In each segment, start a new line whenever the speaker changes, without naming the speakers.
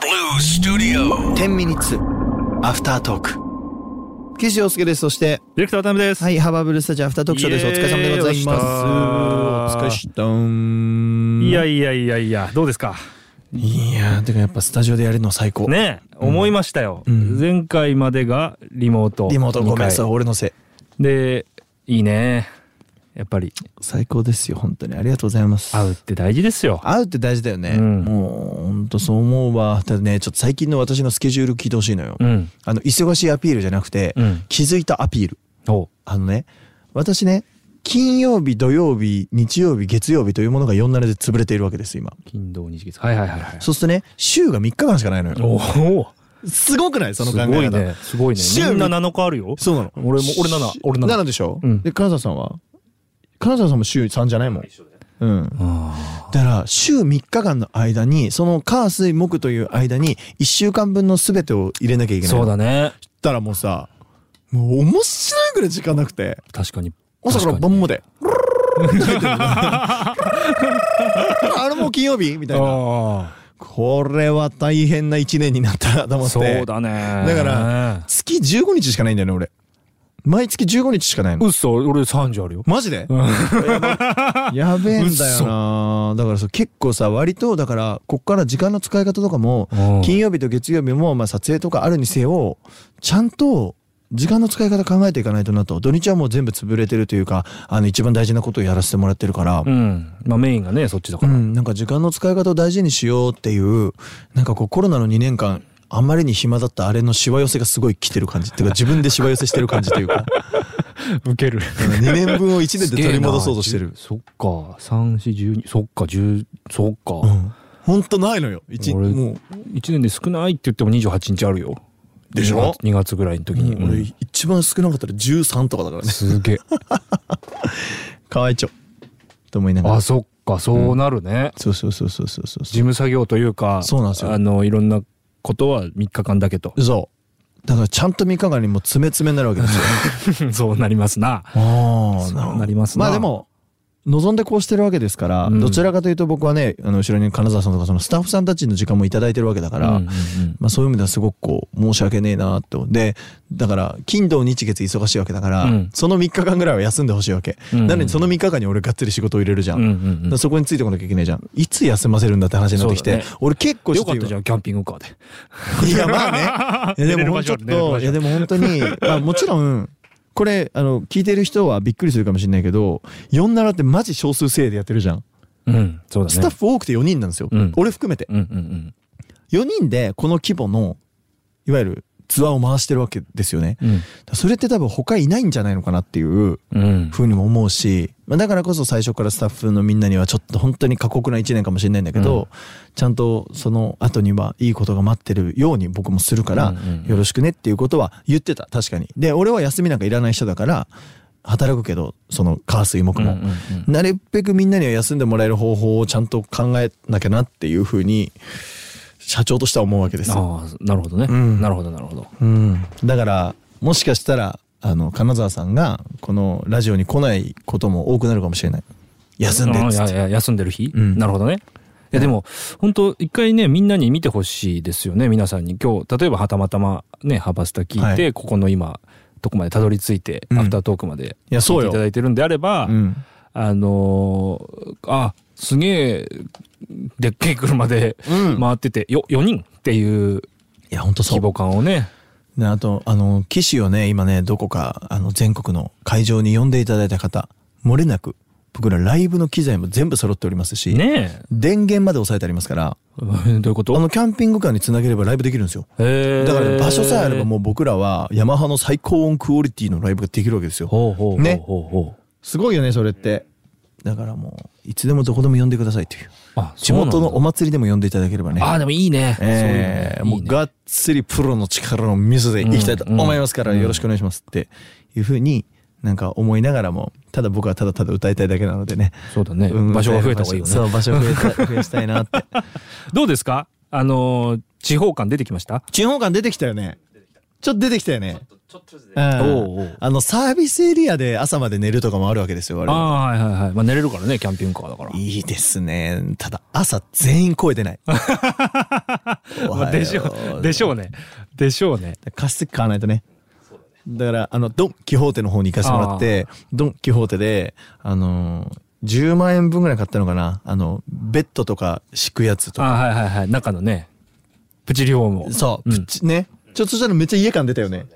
Blue Studio
10ミニッツアフタートーク岸洋介ですそして
ディレクター渡辺です。
はいハーバーブルースタジオアフタートークショーですお疲れ様でございます
お疲れ様でし
お疲れ
いや
い
いやいやいや、どうですか。
いやーてかやっぱスタジオでやるの最高
ね、思いましたよ、
うん
前回までがリモート。
リモートごめんそう
う。
俺のせい
で、いいね。やっぱり
最高ですよ本当にありがとうございます
会うって大事ですよ。
会うって大事だよね、
うん
もう本当そう思うわただねちょっと最近の私のスケジュール聞いてほしいのよ、
うん。
あの忙しいアピールじゃなくて、
うん
気づいたアピール
おう
あのね、私ね、金曜日、土曜日、日曜日、月曜日というものが4、7で潰れているわけです、今。
金土日月。はいはいはいはい。
そうするとね、週が3日間しかないのよ。
おお。
すごくないその
す
考え方。
ごいね。すごいね。
週
みんな7日あるよ。
そうなの。
俺も俺7俺7
7でしょ、
うん
で、金沢さんは金沢さんも週3じゃないもん。うん。だから、週3日間の間に、その火、水、木という間に、1週間分の全てを入れなきゃいけない。
そうだ
ね。
ね。
たらもうさ、もう面白いぐらい時間なくて。
確かに。
朝から
確かに
晩まで。 あれもう金曜日みたいな。
あ
これは大変な一年になったなと思
あ。
って。
そうだね。
だから、月15日しかないんだよね、俺。毎月15日しかないの。
うっそ、俺30あるよ。
マジで やべえんだよなだからそう結構さ割とだからこっから時間の使い方とかも
うん
金曜日と月曜日もまあ撮影とかあるにせよちゃんと時間の使い方考えていかないとなと土日はもう全部潰れてるというかあの一番大事なことをやらせてもらってるから
う、ん。まあメインがね、そっちだ
う
から。
ん、なんか時間の使い方を大事にしようっていうなんかこうコロナの2年間あんまりに暇だったあれのしわ寄せがすごい来てる感じっていうか自分でしわ寄せしてる感じという か
受ける。
2年分を1年で取り戻そうとしてる。
すげえなそっか、三四十二、そっか、十、そっか。
うんほんとないのよ一
俺
もう
一年で少ないって言っても二十八日あるよ。
でしょ
二月二月ぐらいの時に。
俺
うん
一番少なかったら13とかだからね
すげえ。
かわいちょと思いながら
あ、そっか、そうなるね。
そうそうそうそうそうそう
事務作業というか。
そうなんですよ
あの、いろんなことは三日間だ けと。
そうだからちゃんと三日間にもう詰め詰めになるわけですよ
そうなりますな。
あ
そうなりますな
まあでも望んでこうしてるわけですから、
うん
どちらかというと僕はねあの後ろに金沢さんとかそのスタッフさんたちの時間も頂いただいてるわけだから、
うんうんうん
まあ、そういう意味ではすごくこう申し訳ねえなとでだから金土日月忙しいわけだから、
うん
その3日間ぐらいは休んでほしいわけ、
うん
なのにその3日間に俺がっつり仕事を入れるじゃん、
うんうん
だからそこについてこなきゃいけないじゃんいつ休ませるんだって話になってきて、
そうだね
俺結
う
構
ん。よかったじ
ゃ
ゃん、キャンピングカーで。
んいやま あねいやでもほんとちょっ
寝れる
と
場所ある
いやでも本当にまあもちろんこれあの聞いてる人はびっくりするかもしれないけど47ってマジ少数制でやってるじゃん
うん、そうだね。
スタッフ多くて4人なんですよ、
うん
俺含めて
うんうんうん。
4人でこの規模のいわゆるツアーを回してるわけですよね、
うん
それって多分他いないんじゃないのかなっていう
うん。
ふうにも思うし、まあ、だからこそ最初からスタッフのみんなにはちょっと本当に過酷な1年かもしれないんだけど、ちゃんとその後にはいいことが待ってるように僕もするから、
うんうんうん
よろしくねっていうことは言ってた確かにで俺は休みなんかいらない人だから働くけどその火水木も、
うんうんうん
なるべくみんなには休んでもらえる方法をちゃんと考えなきゃなっていうふうに社長としては思うわけですよ
ああ、なるほどね。
うん
なるほど、なるほど。
うん、だからもしかしたらあの金沢さんがこのラジオに来ないことも多くなるかもしれない休んでっつっ
あい
て
やいや休んでる日、
うん
なるほどねいやでも本当一回ねみんなに見てほしいですよね皆さんに今日例えばはたまたまね「ハバスタ」聞いて、
は
ここの今どこまでたどり着いて、
うん
アフタートークまで
いやそう
聞いて
よ
いただいてるんであれば、
うん
あのーあすげえでっけえ車で
うん
回ってて、よ4人っていう
いや本当そ
規
う
模感をね
ねあとあの騎士をね今ねどこかあの全国の会場に呼んでいただいた方漏れなく僕らライブの機材も全部揃っておりますし、
ね
電源まで押さえてありますから
え どういうこ
あ
と
のキャンピングカーにつなげればライブできるんですよ
へー
だからね場所さえあればもう僕らはヤマハの最高音クオリティのライブができるわけですよ
ほうほうほうほう
ね
ほう
すごいよねそれってだからもういつでもどこでも呼んでくださいという
あ
地元のお
ま
祭りでも呼んでいただければね。
ああ、でもいいね。
えー
そうい
も
うのいいうね
がっつりプロの力のミスでいきたいと思いますから
うんうん
よろしくお願いしますっていうふうになんか思いながらもただ僕はただただ歌いたいだけなのでね
そうだね。
うん
場所が増えた方がいいよ
そ
ね。
う場所増えた増やしたいなって
どうですかあのー、地方感出てきました
地方感出てきたよねちょっと出てきたよね
おうお
うん
う
あのサービスエリアで朝まで寝るとかもあるわけですよ我
あ
々
あ、はいはいはい。まあ寝れるからね、キャンピングカーだから。
いいですねただ朝全員声出ないおは
ま
よ
あでしょう。でしょうね。でしょうね。
貸して買わないとねだからあのドン・キホーテの方に行かせてもらってドン・キホーテであのー10万円分ぐらい買ったのかなあのベッドとか敷くやつと
あ
か
あ、はいはいはい。中のね、プチリフォームを。
そう、
ん
プチねちょっとそしたらめっちゃ家感出たよね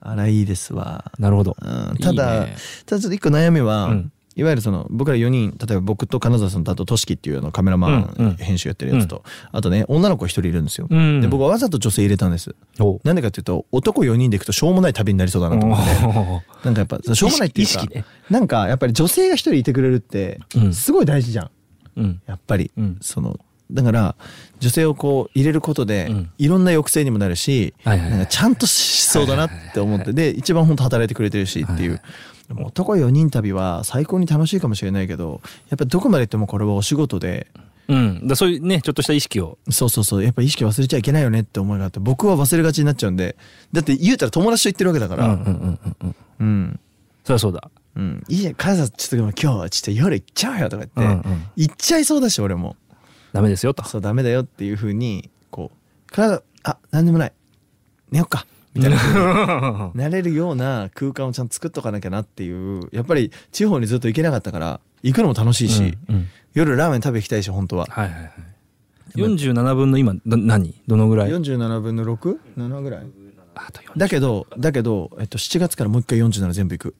あらいいですわ、
なるほど
う。ん、ただ
いいね
ただちょっと一個悩みは、
うん
いわゆるその僕ら4人例えば僕と金沢さんとあととしきっていうあのカメラマン、
うんうん
編集やってるやつと、あとね女の子1人いるんですよ、
うん
で僕はわざと女性入れたんです
おう
なんでかっていうと男4人で行くとしょうもない旅になりそうだなと思って
おう
なんかやっぱしょうもないっていう
意
か、
識ね
なんかやっぱり女性が一人いてくれるって
うん
すごい大事じゃん、
うん。
やっぱり、
うん
そのだから女性をこう入れることで
うん
いろんな抑制にもなるし、
はいはいはい
なんかちゃんとしそうだなって思ってで一番本当働いてくれてるしっていう。でも男4人旅は最高に楽しいかもしれないけどやっぱどこまで行ってもこれはお仕事で
うん。だそういうね、ちょっとした意識を。
そうそうそうやっぱ意識忘れちゃいけないよねって思いがあって僕は忘れがちになっちゃうんでだって言うたら友達と行ってるわけだか
うんうん
ら、
うんうんうん。
うん、
そりゃそうだ。
うん、いいじゃん、母さん、ちょっとでも今日、ちょっと夜行っちゃうよとか言って、
うんうん
行っちゃいそうだし、俺も。
ダメですよと。
そう、ダメだよっていうふうに、こう、母さん、あ、なんでもない。寝よっか。みたいな風に。 なれるような空間をちゃんと作っとかなきゃなっていう、やっぱり地方にずっと行けなかったから、行くのも楽しいし、
うんうん
夜ラーメン食べ行きたいし、本当は。
はいはいはい。47分の今、ど何どのぐらい
47分の 6?7 ぐらい
あと40
だけど、だけど、えっと、7月からもう一回47全部行く。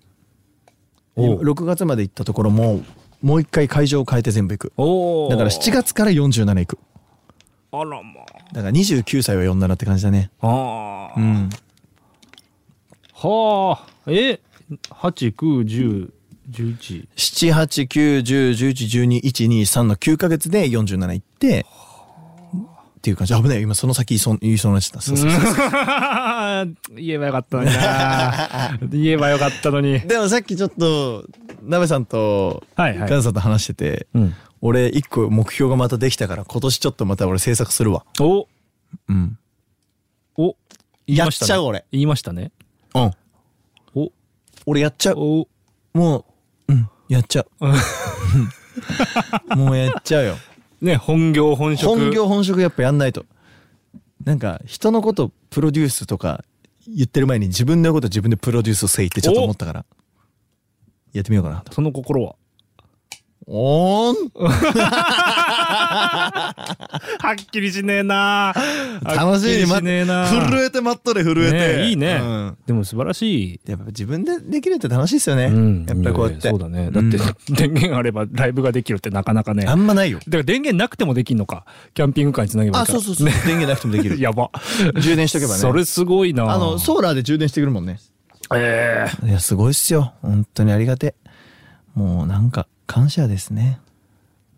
おう
6月まで行ったところも、もう一回会場を変えて全部行く。
おお。
だから7。月から47いく
あらま
だから29歳は47って感じだね
あ。あ
う
あ。
ん
はあ。え、8、9、10、11。
78910111213の9ヶ月で47いってっていう感じ危ない今その先言いそう言いそうになっちゃったそうそうそう
言えばよかったのにな。 言えばよかったのに。
でもさっきちょっとなべさんと
は
カ
いはい
ズさんと話してて、
うん。
俺一個目標がまたできたから今年ちょっとまた俺制作するわ
お
うん
お言いましたね
やっちゃう俺
言いましたね。
うん
お
俺やっちゃう
お
もううんやっちゃう もうやっちゃうよ
ね、本業本職。
本業本職やっぱやんないとなんか人のことプロデュースとか言ってる前に自分のこと自分でプロデュースせいってちょっと思ったからやってみようかなと
その心は。
おーん
はっきりしねえな
楽しいに待
はっきりしねえな
って震えて待っとれ震えて、
ねえいいね、
うん
でも素晴らしい。
やっぱ自分でできるって楽しいですよね、
うん、
やっぱりこうやっ
い
て
やいやそうだね。だって、電源あればライブができるってなかなかね。
あんまないよ
だから電源なくてもできんのか。キャンピングカーにつなげばいい
あ
から。
そうそうそう、電源なくてもできる
やば。
充電しとけばね
それすごいな
あのソーラーで充電してくるもんね
ええ
いやすごいっすよ本当にありがてえもうなんか感謝ですね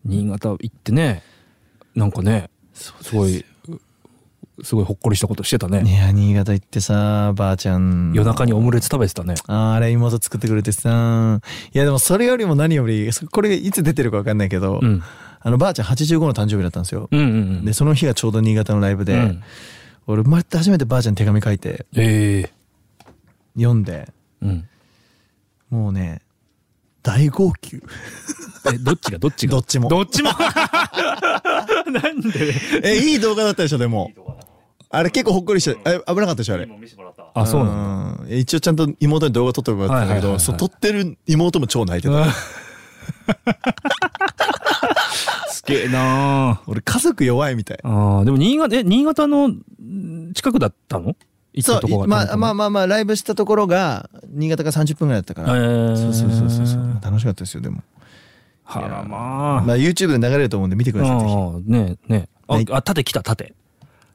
新潟行ってね、なんかね、すごい、すごいほっこりしたことしてたね。
いや新潟行ってさばあちゃん
夜中にオムレツ食べてたね。
あーあれ妹作ってくれてさいやでもそれよりも何よりそこれいつ出てるか分かんないけど、
うん
あのばあちゃん85の誕生日だったんですよ、
うんうんうん。
でその日がちょうど新潟のライブで、
うん
俺生まれて初めてばあちゃんに手紙書いて
ええ
読んで
うん。
もうね大号泣
え、どっちがどっちが
どっちも
どっちもなんで
えいい動画だったでしょでもあれ結構ほっこりしてえ危なかったでしょあれ
あ、そうなんだ。
うん一応ちゃんと妹に動画撮ってもらったんだけ
はいはい
ど
はいはい
そう撮ってる妹も超泣いてた
すげえな
俺家族弱いみたい
あーでも新潟え新潟のん近くだったの行ったとこ
そう
が
いまあまあ
あ
まあまあライブしたところが新潟が30分ぐらいだったから、
へえ
そうそうそうそうそう楽しかったですよでも、
はらまあ
まあ、YouTube で流れると思うんで見てくださいぜひ
あーねえねえあ
はい
あ盾来た盾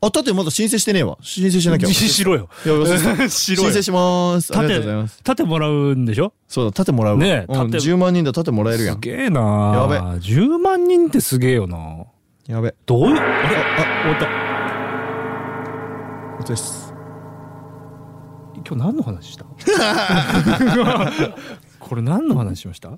あ、縦まだ申請してねえわ。申請し なきゃ。
しろよ。
いや 安田さん
し
申
ろよ
請。します。ありがとうございます。
盾もらうんでしょ
そうだ、盾もらうわ。
ねえ
うん
盾
10万人だ盾もらえるや
す
ん。
げえな
や
べ。10万人ってすげえよな
やべ。
どういう、あれあ、終わっ
本当です。
た。今日何の話したこれ何の話しました